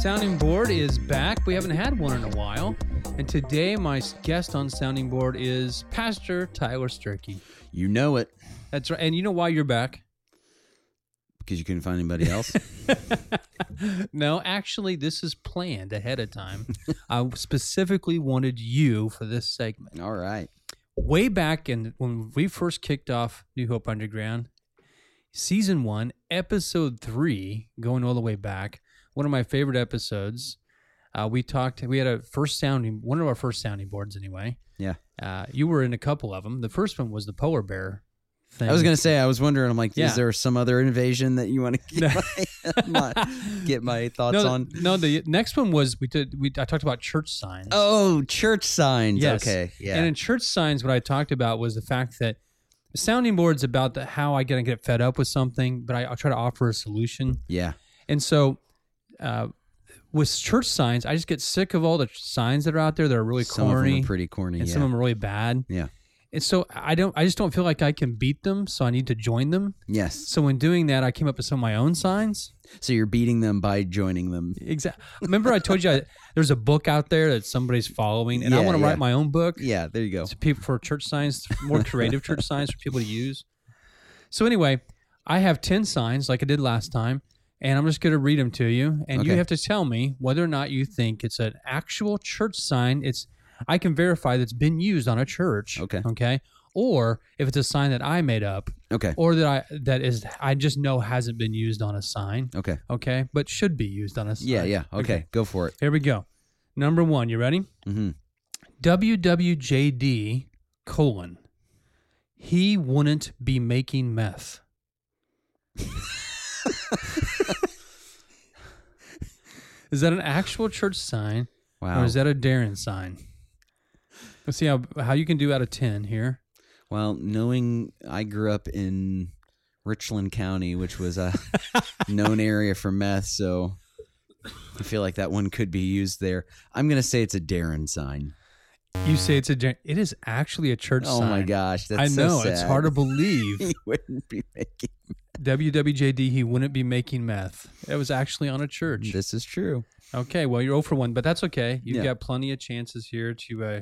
Speaker 3: Sounding board is back. We haven't had one in a while. And today, my s- guest on sounding board is Pastor Tyler Sturkey.
Speaker 5: You know it
Speaker 3: That's right. And you know why you're back?
Speaker 5: because you couldn't find anybody else.
Speaker 3: no, actually, this is planned ahead of time. I specifically wanted you for this segment.
Speaker 5: All right.
Speaker 3: Way back in when we first kicked off New Hope Underground, season one, episode three, going all the way back, one of my favorite episodes. Uh, we talked. We had a first sounding, one of our first sounding boards, anyway.
Speaker 5: Yeah.
Speaker 3: Uh, you were in a couple of them. The first one was the polar bear thing.
Speaker 5: I was gonna say I was wondering. I'm like,
Speaker 3: Yeah.
Speaker 5: is there some other invasion that you want to
Speaker 3: No.
Speaker 5: get, my, get my thoughts
Speaker 3: no, the-
Speaker 5: on?
Speaker 3: no. The next one was we did. We I talked about church signs.
Speaker 5: Oh, church signs.
Speaker 3: Yes.
Speaker 5: Okay. Yeah.
Speaker 3: And in church signs, what I talked about was the fact that sounding boards about the how I gonna get fed up with something, but I, I try to offer a solution.
Speaker 5: yeah.
Speaker 3: And so, uh, with church signs, I just get sick of all the signs that are out there that are really
Speaker 5: some of
Speaker 3: corny,
Speaker 5: them are pretty corny.
Speaker 3: and
Speaker 5: yeah.
Speaker 3: some of them are really bad.
Speaker 5: Yeah.
Speaker 3: And so I don't. I just don't feel like I can beat them, so I need to join them.
Speaker 5: yes.
Speaker 3: So in doing that, I came up with some of my own signs.
Speaker 5: So you're beating them by joining them.
Speaker 3: Exactly. Remember, I told you I, there's a book out there that somebody's following, and I
Speaker 5: Yeah,
Speaker 3: want to
Speaker 5: yeah.
Speaker 3: write my own book.
Speaker 5: Yeah. There you go.
Speaker 3: to people for church signs, more creative church signs for people to use. So anyway, I have ten signs like I did last time, and I'm just going to read them to you, and you
Speaker 5: Okay.
Speaker 3: have to tell me whether or not you think it's an actual church sign. It's I can verify that's been used on a church.
Speaker 5: Okay.
Speaker 3: Okay. Or if it's a sign that I made up,
Speaker 5: Okay.
Speaker 3: or that I that is I just know hasn't been used on a sign.
Speaker 5: Okay.
Speaker 3: Okay, but should be used on a sign.
Speaker 5: Yeah. Yeah. Okay. Go for it.
Speaker 3: Here we go. Number one, you ready?
Speaker 5: hmm
Speaker 3: WWJD colon he wouldn't be making meth. is that an actual church sign or
Speaker 5: Wow.
Speaker 3: is that a Darren sign? Let's see how how you can do out of ten here.
Speaker 5: well, knowing I grew up in Richland County, which was a known area for meth, so I feel like that one could be used there. I'm gonna say it's a Darren sign.
Speaker 3: You say it's a Darren. It is actually a church
Speaker 5: Oh
Speaker 3: sign.
Speaker 5: my gosh, that's
Speaker 3: I
Speaker 5: so
Speaker 3: know it's
Speaker 5: sad.
Speaker 3: hard to believe.
Speaker 5: he wouldn't be making.
Speaker 3: WWJD he wouldn't be making meth. It was actually on a church.
Speaker 5: This is true.
Speaker 3: Okay, well you're 0 for one, but that's okay. You've
Speaker 5: Yeah.
Speaker 3: got plenty of chances here to uh,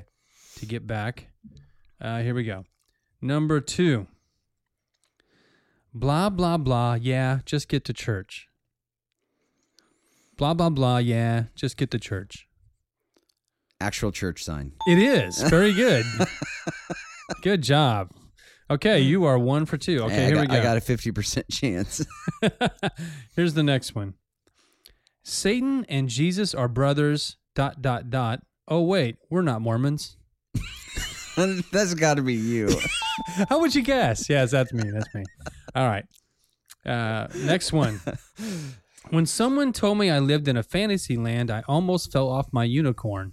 Speaker 3: to get back. Uh, here we go. Number two. Blah blah blah. Yeah, just get to church. Blah blah blah. Yeah, just get to church.
Speaker 5: Actual church sign.
Speaker 3: It is very good. good job. Okay, you are one for two. Okay,
Speaker 5: Hey, I
Speaker 3: here
Speaker 5: got,
Speaker 3: we go.
Speaker 5: I got a fifty percent chance.
Speaker 3: Here's the next one. Satan and Jesus are brothers. Dot dot dot. Oh wait, we're not Mormons.
Speaker 5: that's got to be you.
Speaker 3: How would you guess? Yes, that's me. That's me. All right. Uh, next one. When someone told me I lived in a fantasy land, I almost fell off my unicorn.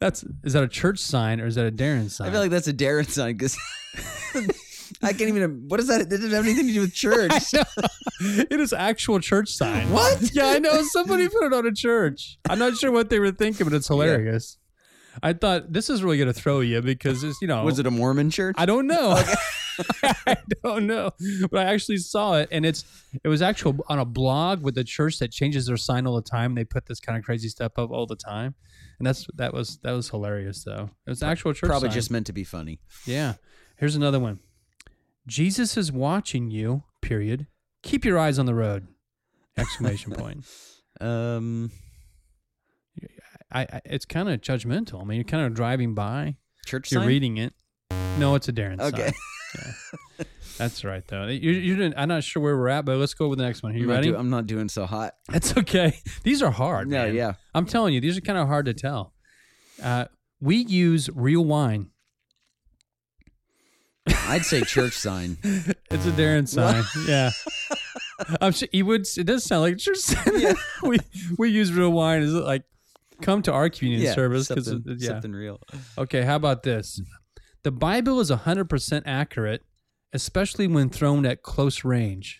Speaker 3: That's is that a church sign or is that a Darren sign?
Speaker 5: I feel like that's a Darren sign because I can't even. What is that? It doesn't have anything to do with church.
Speaker 3: it is actual church sign.
Speaker 5: What?
Speaker 3: Yeah, I know. Somebody put it on a church. I'm not sure what they were thinking, but it's hilarious. I thought this is really gonna throw you because it's you know
Speaker 5: Was it a Mormon church?
Speaker 3: I don't know. I don't know. But I actually saw it and it's it was actual on a blog with a church that changes their sign all the time. They put this kind of crazy stuff up all the time. And that's that was that was hilarious though. It was an actual church.
Speaker 5: Probably
Speaker 3: sign.
Speaker 5: just meant to be funny.
Speaker 3: Yeah. Here's another one. Jesus is watching you, period. Keep your eyes on the road. Exclamation point.
Speaker 5: Um,
Speaker 3: I, I it's kind of judgmental. I mean, you're kind of driving by.
Speaker 5: church
Speaker 3: You're
Speaker 5: sign.
Speaker 3: reading it. No, it's a Darren sign.
Speaker 5: Okay.
Speaker 3: Yeah. That's right, though. You, you didn't, I'm not sure where we're at, but let's go with the next one. Are you
Speaker 5: I'm, not
Speaker 3: ready?
Speaker 5: do- I'm not doing so hot.
Speaker 3: That's okay. These are hard.
Speaker 5: No,
Speaker 3: man.
Speaker 5: yeah.
Speaker 3: I'm telling you, these are kind of hard to tell. Uh, we use real wine.
Speaker 5: I'd say church sign.
Speaker 3: It's a Darren sign. yeah. I'm sure he would. It does sound like it's just we we use real wine. Is it like come to our communion
Speaker 5: yeah,
Speaker 3: service? Because
Speaker 5: something,
Speaker 3: yeah.
Speaker 5: something real.
Speaker 3: Okay. How about this? The Bible is 100 percent accurate, especially when thrown at close range.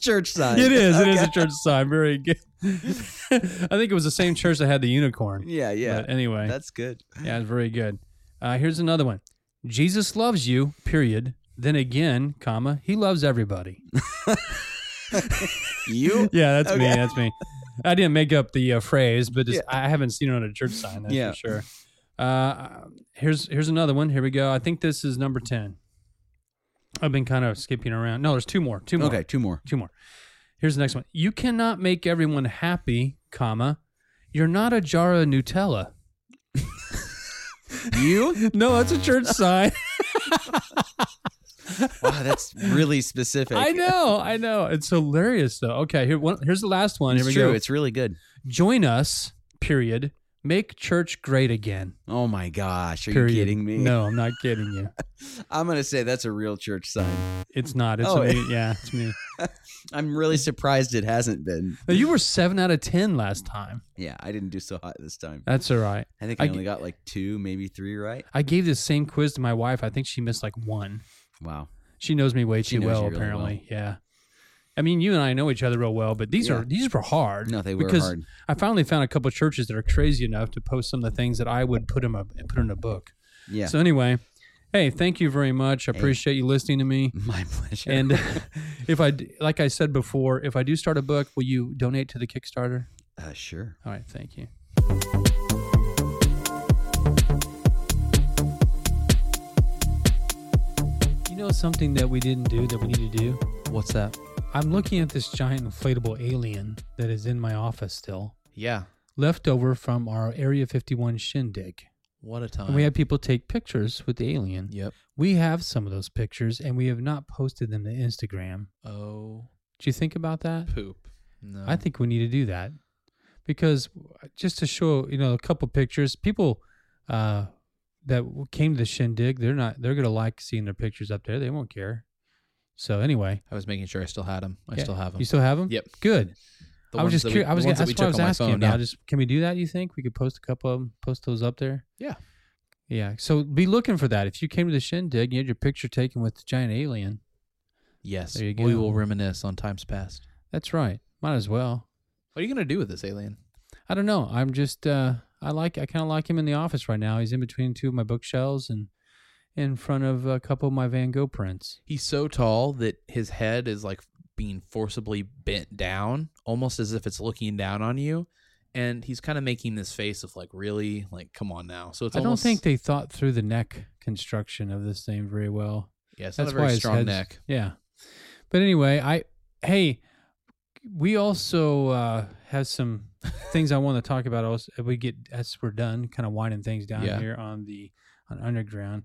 Speaker 5: church sign.
Speaker 3: It is. It is a church sign. Very good. I think it was the same church that had the unicorn.
Speaker 5: Yeah, yeah.
Speaker 3: But anyway,
Speaker 5: That's good.
Speaker 3: yeah, it's very good. Uh, here's another one. Jesus loves you. Period. Then again, comma, he loves everybody.
Speaker 5: You?
Speaker 3: Yeah, that's me.
Speaker 5: Okay.
Speaker 3: That's me. I didn't make up the uh, phrase, but just,
Speaker 5: Yeah.
Speaker 3: I haven't seen it on a church sign. That's
Speaker 5: Yeah.
Speaker 3: for sure. Uh, here's here's another one. Here we go. I think this is number ten. I've been kind of skipping around. No, there's two more. Two more.
Speaker 5: Okay, two more.
Speaker 3: Two more. Here's the next one. You cannot make everyone happy, comma. You're not a jar of Nutella.
Speaker 5: You?
Speaker 3: No, that's a church sign.
Speaker 5: Wow, that's really specific.
Speaker 3: I know. I know. It's hilarious though. Okay, here one, here's the last one.
Speaker 5: It's
Speaker 3: here we
Speaker 5: true.
Speaker 3: go.
Speaker 5: It's really good.
Speaker 3: Join us. Period. Make church great again.
Speaker 5: Oh my gosh, are
Speaker 3: Period.
Speaker 5: you kidding me?
Speaker 3: No, I'm not kidding you.
Speaker 5: I'm gonna say that's a real church sign.
Speaker 3: It's not. It's
Speaker 5: Oh,
Speaker 3: a me. Yeah, it's me.
Speaker 5: I'm really surprised it hasn't been.
Speaker 3: Now, you were seven out of ten last time.
Speaker 5: Yeah, I didn't do so hot this time.
Speaker 3: That's all right.
Speaker 5: I think I,
Speaker 3: I g-
Speaker 5: only got like two, maybe three right.
Speaker 3: I gave this same quiz to my wife. I think she missed like one.
Speaker 5: Wow.
Speaker 3: She knows me way
Speaker 5: She
Speaker 3: too
Speaker 5: knows
Speaker 3: well,
Speaker 5: you really
Speaker 3: apparently. Yeah. I mean, you and I know each other real well, but these
Speaker 5: Yeah.
Speaker 3: are these were hard.
Speaker 5: No, they were
Speaker 3: because
Speaker 5: hard.
Speaker 3: I finally found a couple churches that are crazy enough to post some of the things that I would put in a put in a book.
Speaker 5: Yeah.
Speaker 3: So anyway, hey, thank you very much. I appreciate you listening to me.
Speaker 5: my pleasure.
Speaker 3: And if I d- like I said before, if I do start a book, will you donate to the Kickstarter?
Speaker 5: uh, sure.
Speaker 3: All right, thank you. You know something that we didn't do that we need to do?
Speaker 2: What's that?
Speaker 3: I'm looking at this giant inflatable alien that is in my office still,
Speaker 2: Yeah.
Speaker 3: left over from our Area 51 shindig.
Speaker 2: What a time.
Speaker 3: And we had people take pictures with the alien.
Speaker 2: yep.
Speaker 3: We have some of those pictures and we have not posted them to Instagram.
Speaker 2: Oh,
Speaker 3: Do you think about that?
Speaker 2: poop. No.
Speaker 3: I think we need to do that because uh, just to show you know a couple pictures, people uh, that w- came to the shindig, they're not they're gonna like seeing their pictures up there. They won't care. So anyway,
Speaker 2: I was making sure I still had them. I
Speaker 3: yeah,
Speaker 2: still have them.
Speaker 3: You still have them?
Speaker 2: Yep.
Speaker 3: Good.
Speaker 2: The
Speaker 3: I
Speaker 2: ones
Speaker 3: was just
Speaker 2: that we-
Speaker 3: curious. I
Speaker 2: the
Speaker 3: was gonna,
Speaker 2: ones that
Speaker 3: that's
Speaker 2: we
Speaker 3: what I
Speaker 2: took
Speaker 3: was
Speaker 2: on my
Speaker 3: asking
Speaker 2: phone, yeah.
Speaker 3: about. Just can we do that? You think we could post a couple of 'em, post those up there?
Speaker 2: Yeah.
Speaker 3: Yeah. So be looking for that. If you came to the shindig, you had your picture taken with the giant alien.
Speaker 2: Yes.
Speaker 3: There you
Speaker 2: We
Speaker 3: go.
Speaker 2: will reminisce on times past.
Speaker 3: That's right. Might as well.
Speaker 2: What are you going to do with this alien?
Speaker 3: I don't know. I'm just uh I like I kind of like him in the office right now. He's in between two of my bookshelves and in front of a couple of my Van Gogh prints.
Speaker 2: He's so tall that his head is like being forcibly bent down, almost as if it's looking down on you. And he's kind of making this face of like, really, like, come on now. So it's
Speaker 3: I don't
Speaker 2: almost,
Speaker 3: think they thought through the neck construction of this thing very well.
Speaker 2: yeah, it's not
Speaker 3: That's
Speaker 2: a
Speaker 3: why
Speaker 2: very
Speaker 3: his
Speaker 2: strong
Speaker 3: head's-
Speaker 2: neck.
Speaker 3: Yeah. But anyway, I hey, we also uh have some things I want to talk about also if we get as we're done kind of winding things down
Speaker 2: Yeah.
Speaker 3: here on the on underground.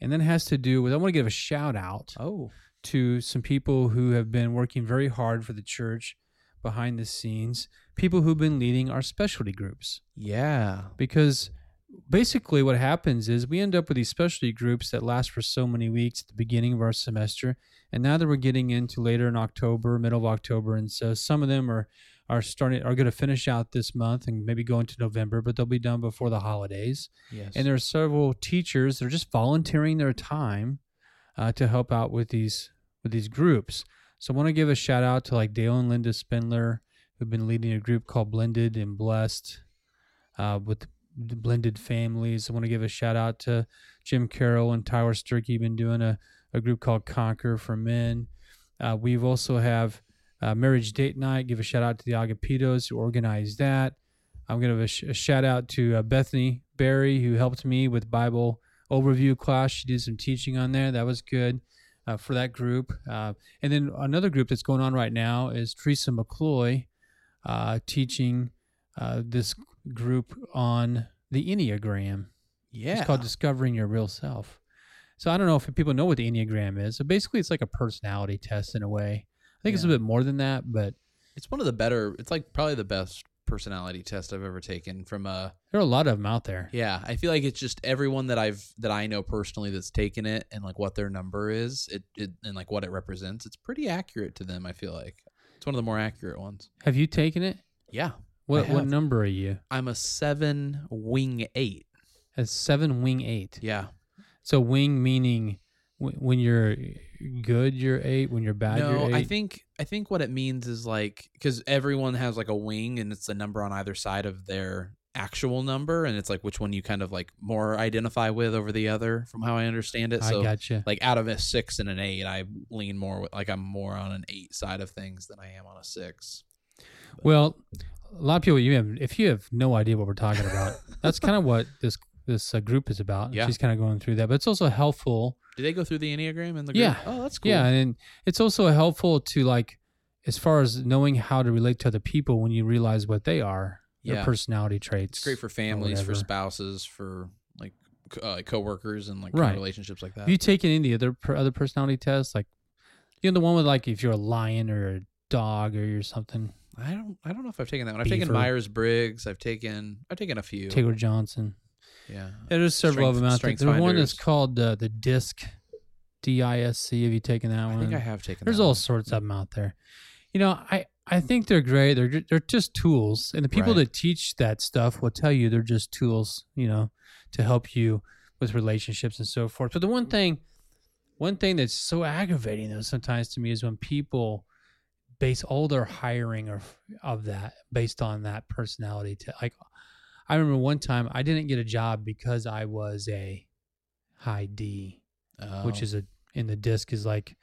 Speaker 3: And that has to do with I want to give a shout out.
Speaker 2: Oh,
Speaker 3: to some people who have been working very hard for the church behind the scenes, people who've been leading our specialty groups.
Speaker 2: yeah.
Speaker 3: Because basically what happens is we end up with these specialty groups that last for so many weeks at the beginning of our semester and now that we're getting into later in october middle of october and so some of them are are starting are going to finish out this month and maybe go into november but they'll be done before the holidays
Speaker 2: Yes.
Speaker 3: and there are several teachers that are just volunteering their time uh, to help out with these with these groups. So I want to give a shout out to like Dale and Linda Spindler, who've been leading a group called Blended and Blessed uh, with the blended families. I want to give a shout out to Jim Carroll and Tyler Sturkey, been doing a, a group called Conquer for Men. Uh, we've also have uh, marriage date night. Give a shout out to the Agapitos who organized that. I'm going to a, sh- a shout out to uh, Bethany Berry, who helped me with Bible overview class. She did some teaching on there. That was good uh, for that group. Uh, and then another group that's going on right now is Teresa McCloy uh, teaching uh, this group on the Enneagram.
Speaker 2: yeah.
Speaker 3: It's called Discovering Your Real Self. So I don't know if people know what the Enneagram is. So basically, it's like a personality test in a way. I think it's a bit more than that, but
Speaker 2: It's one of the better. It's like probably the best personality test I've ever taken. From uh, a
Speaker 3: there are a lot of them out there.
Speaker 2: yeah, I feel like it's just everyone that I've that I know personally that's taken it and like what their number is, it, it and like what it represents. It's pretty accurate to them. I feel like it's one of the more accurate ones.
Speaker 3: Have you taken it?
Speaker 2: Yeah,
Speaker 3: What what
Speaker 2: have.
Speaker 3: number are you?
Speaker 2: I'm a seven wing eight.
Speaker 3: As seven wing eight.
Speaker 2: Yeah,
Speaker 3: So wing meaning w- when you're good, you're eight. When you're bad,
Speaker 2: no,
Speaker 3: you're eight.
Speaker 2: I think I think what it means is like because everyone has like a wing and it's the number on either side of their actual number, and it's like which one you kind of like more identify with over the other, from how I understand it.
Speaker 3: I
Speaker 2: So
Speaker 3: gotcha.
Speaker 2: like out of a six and an eight, I lean more with- like I'm more on an eight side of things than I am on a six.
Speaker 3: Well, a lot of people, you have, if you have no idea what we're talking about, that's kind of what this this uh, group is about.
Speaker 2: Yeah.
Speaker 3: She's kind of going through that, but it's also helpful.
Speaker 2: Do they go through the enneagram in the group?
Speaker 3: Yeah.
Speaker 2: Oh, that's cool.
Speaker 3: Yeah, and it's also helpful to like as far as knowing how to relate to other people when you realize what they are, their
Speaker 2: Yeah.
Speaker 3: personality traits.
Speaker 2: It's great for families, for
Speaker 3: whatever.
Speaker 2: spouses, for like co- uh, coworkers and like
Speaker 3: Right.
Speaker 2: relationships like that.
Speaker 3: Have you taken any other per, other personality tests? Like, you know, the one with like if you're a lion or a dog or you're something.
Speaker 2: I don't. I don't know if I've taken that one. I've taken
Speaker 3: Beaver.
Speaker 2: Myers Briggs. I've taken. I've taken a few.
Speaker 3: Taylor Johnson.
Speaker 2: yeah.
Speaker 3: Yeah, there's several
Speaker 2: Strength-
Speaker 3: of them out there.
Speaker 2: strength
Speaker 3: There's one
Speaker 2: finders.
Speaker 3: that's called uh, the DISC, D I S C. Have you taken that
Speaker 2: I
Speaker 3: one?
Speaker 2: think I have taken.
Speaker 3: There's
Speaker 2: that
Speaker 3: all
Speaker 2: one.
Speaker 3: sorts of them out there. You know, I I think they're great. They're ju- they're just tools, and the people
Speaker 2: Right.
Speaker 3: that teach that stuff will tell you they're just tools. You know, to help you with relationships and so forth. But the one thing, one thing that's so aggravating though sometimes to me is when people base all their hiring or of that based on that personality. To like, I remember one time I didn't get a job because I was a high D, which
Speaker 2: Oh.
Speaker 3: is a in the disc is like.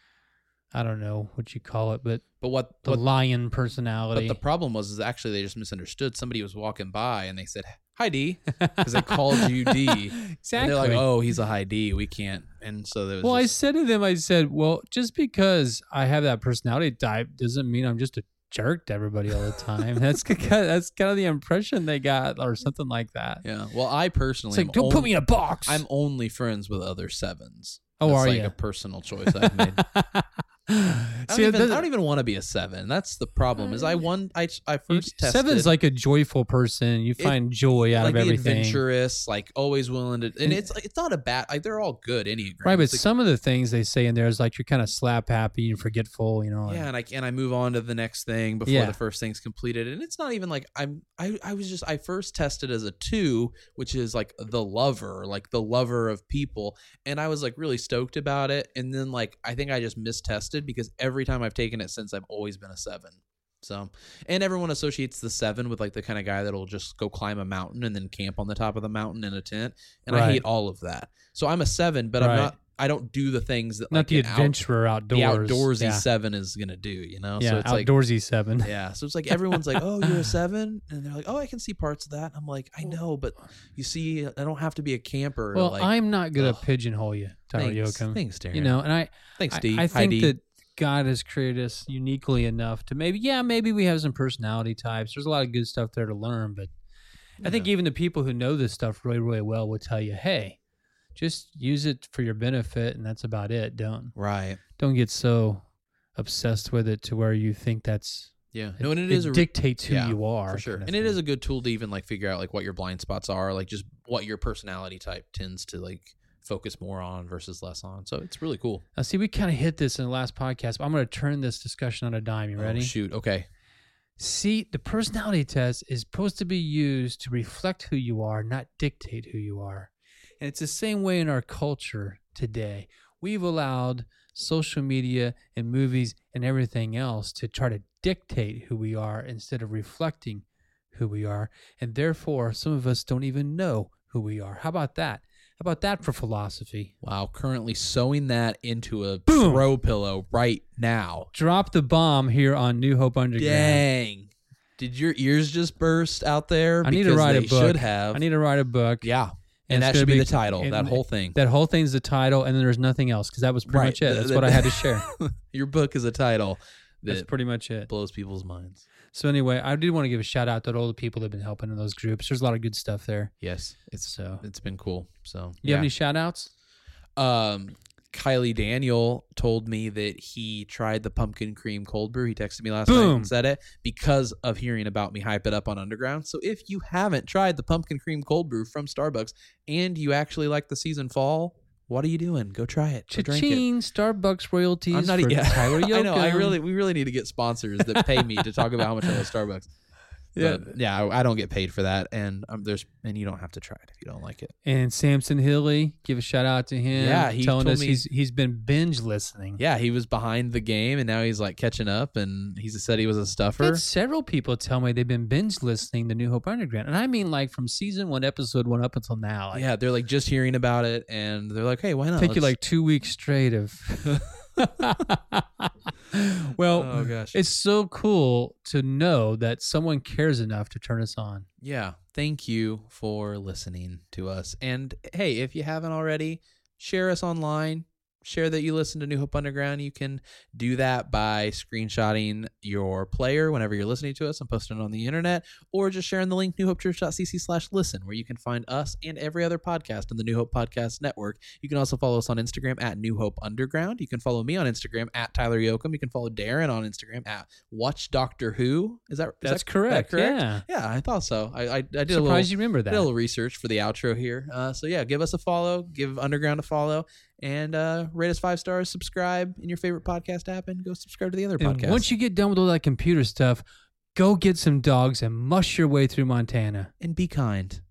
Speaker 3: I don't know what you call it, but
Speaker 2: But what?
Speaker 3: the
Speaker 2: what
Speaker 3: lion
Speaker 2: but
Speaker 3: personality.
Speaker 2: the problem was is actually they just misunderstood. Somebody was walking by and they said hi D because they called you D. And
Speaker 3: exactly.
Speaker 2: they're like, oh, he's a high D. We can't. And so there was.
Speaker 3: well, I
Speaker 2: just-
Speaker 3: said to them, I said, well, just because I have that personality type doesn't mean I'm just a jerk to everybody all the time. that's ki- that's kind of the impression they got, or something like that.
Speaker 2: yeah. Well, I personally.
Speaker 3: It's like,
Speaker 2: am
Speaker 3: don't put
Speaker 2: only-
Speaker 3: me in a box.
Speaker 2: I'm only friends with other sevens.
Speaker 3: Oh,
Speaker 2: That's
Speaker 3: are
Speaker 2: like
Speaker 3: ya?
Speaker 2: a personal choice I've made. I don't,
Speaker 3: See,
Speaker 2: even,
Speaker 3: that-
Speaker 2: I don't even want to be a seven. That's the problem. Is I one I I
Speaker 3: you-
Speaker 2: first tested
Speaker 3: seven's like a joyful person. You find joy out
Speaker 2: like
Speaker 3: of
Speaker 2: the
Speaker 3: everything.
Speaker 2: adventurous, like always willing to. And it's it's not a bad. Like they're all good enneagrams.
Speaker 3: Right, but
Speaker 2: It's
Speaker 3: some of the things they say in there is like you're kind of slap happy and forgetful, you know.
Speaker 2: like,
Speaker 3: and-
Speaker 2: yeah, and I and I move on to the next thing before
Speaker 3: Yeah.
Speaker 2: the first thing's completed. And it's not even like I'm. I I was just I first tested as a two, which is like the lover, like the lover of people, and I was like really stoked about it. And then like I think I just mistested because every time I've taken it since, I've always been a seven. So, and everyone associates the seven with like the kind of guy that'll just go climb a mountain and then camp on the top of the mountain in a tent. And I
Speaker 3: Right.
Speaker 2: hate all of that. So I'm a seven, but
Speaker 3: Right.
Speaker 2: I'm not. I don't do the things that like
Speaker 3: Not the
Speaker 2: an out-
Speaker 3: adventurer
Speaker 2: the
Speaker 3: outdoors.
Speaker 2: outdoorsy
Speaker 3: yeah.
Speaker 2: seven is gonna do. You know,
Speaker 3: Yeah,
Speaker 2: so it's like
Speaker 3: outdoorsy seven.
Speaker 2: yeah, so it's like everyone's like, "Oh, you're a seven? and they're like, "Oh, I can see parts of that." I'm like, "I know, but you see, I don't have to be a camper."
Speaker 3: Well,
Speaker 2: like,
Speaker 3: I'm not gonna
Speaker 2: ugh.
Speaker 3: pigeonhole you, Tyler
Speaker 2: thanks,
Speaker 3: Yoakum.
Speaker 2: thanks, Darren.
Speaker 3: You know, and I,
Speaker 2: thanks,
Speaker 3: I,
Speaker 2: Steve.
Speaker 3: I think that God has created us uniquely enough to maybe, yeah, maybe we have some personality types. There's a lot of good stuff there to learn, but I think even the people who know this stuff really, really well will tell you, hey, just use it for your benefit, and that's about it. Don't
Speaker 2: right.
Speaker 3: don't get so obsessed with it to where you think that's
Speaker 2: Yeah. No, and it
Speaker 3: it
Speaker 2: is a re-
Speaker 3: dictates who
Speaker 2: yeah,
Speaker 3: you are
Speaker 2: for sure.
Speaker 3: kind of
Speaker 2: And it
Speaker 3: thing.
Speaker 2: is a good tool to even like figure out like what your blind spots are, like just what your personality type tends to like focus more on versus less on. So it's really cool.
Speaker 3: Now, see, we kind of hit this in the last podcast, but I'm going to turn this discussion on a dime. You
Speaker 2: Oh,
Speaker 3: ready?
Speaker 2: shoot. Okay.
Speaker 3: see, the personality test is supposed to be used to reflect who you are, not dictate who you are. And it's the same way in our culture today. We've allowed social media and movies and everything else to try to dictate who we are instead of reflecting who we are. And therefore, some of us don't even know who we are. How about that? How about that for philosophy?
Speaker 2: Wow. Currently sewing that into a throw pillow right now.
Speaker 3: Drop the bomb here on New Hope Underground.
Speaker 2: Dang. Did your ears just burst out there?
Speaker 3: I need to
Speaker 2: Because
Speaker 3: write a
Speaker 2: they
Speaker 3: book.
Speaker 2: Should have.
Speaker 3: I need to write a book.
Speaker 2: yeah. And,
Speaker 3: it's
Speaker 2: that
Speaker 3: gonna
Speaker 2: should be,
Speaker 3: be-
Speaker 2: the title.
Speaker 3: and-
Speaker 2: that whole thing.
Speaker 3: That whole thing's the title, and then there's nothing else because that was pretty
Speaker 2: Right,
Speaker 3: much it.
Speaker 2: the-
Speaker 3: That's
Speaker 2: the-
Speaker 3: what I had to share.
Speaker 2: your book is a title
Speaker 3: That's
Speaker 2: that
Speaker 3: pretty much it.
Speaker 2: blows people's minds.
Speaker 3: So anyway, I did want to give a shout out to all the people that have been helping in those groups. There's a lot of good stuff there.
Speaker 2: Yes. It's
Speaker 3: So, you
Speaker 2: it's been cool. So
Speaker 3: uh, have any shout outs?
Speaker 2: um Kylie Daniel told me that he tried the pumpkin cream cold brew. He texted me last night
Speaker 3: Boom.
Speaker 2: and said it because of hearing about me hype it up on Underground. So if you haven't tried the pumpkin cream cold brew from Starbucks and you actually like the season fall, what are you doing? Go try it. Go drink it.
Speaker 3: Cha-ching, Starbucks royalties.
Speaker 2: I'm not
Speaker 3: for
Speaker 2: eating.
Speaker 3: Tyler
Speaker 2: I know. I
Speaker 3: Yoakum.
Speaker 2: really, we really need to get sponsors that pay me to talk about how much I love Starbucks.
Speaker 3: Yeah.
Speaker 2: But, yeah. I, I don't get paid for that, and um, there's and you don't have to try it if you don't like it.
Speaker 3: And Samson Hilly, give a shout out to him.
Speaker 2: Yeah, he
Speaker 3: telling
Speaker 2: told
Speaker 3: us
Speaker 2: me-
Speaker 3: he's he's been binge listening.
Speaker 2: Yeah, he was behind the game, and now he's like catching up, and he said he was a
Speaker 3: I've
Speaker 2: stuffer.
Speaker 3: had several people tell me they've been binge listening to New Hope Underground, and I mean like from season one, episode one, up until now. Like,
Speaker 2: yeah, they're like just hearing about it, and they're like, "Hey, why not?"
Speaker 3: take you
Speaker 2: Let's-
Speaker 3: like two weeks straight of. well,
Speaker 2: oh gosh,
Speaker 3: it's so cool to know that someone cares enough to turn us on.
Speaker 2: yeah. Thank you for listening to us, and hey, if you haven't already, share us online. Share that you listen to New Hope Underground. You can do that by screenshotting your player whenever you're listening to us and posting it on the internet, or just sharing the link newhopechurch.cc slash listen, where you can find us and every other podcast in the New Hope Podcast Network. You can also follow us on Instagram at New Hope Underground. You can follow me on Instagram at Tyler Yoakum. You can follow Darren on Instagram at Watch Doctor Who. Is that is that- that
Speaker 3: Yeah.
Speaker 2: Yeah, I thought so. I I, I did a little
Speaker 3: Surprised you remember
Speaker 2: did a
Speaker 3: that.
Speaker 2: little research for the outro here. Uh, so yeah, give us a follow, give Underground a follow, and uh, rate us five stars. Subscribe in your favorite podcast app, and go subscribe to the other
Speaker 3: And
Speaker 2: podcast.
Speaker 3: once you get done with all that computer stuff, go get some dogs and mush your way through Montana.
Speaker 2: and be kind.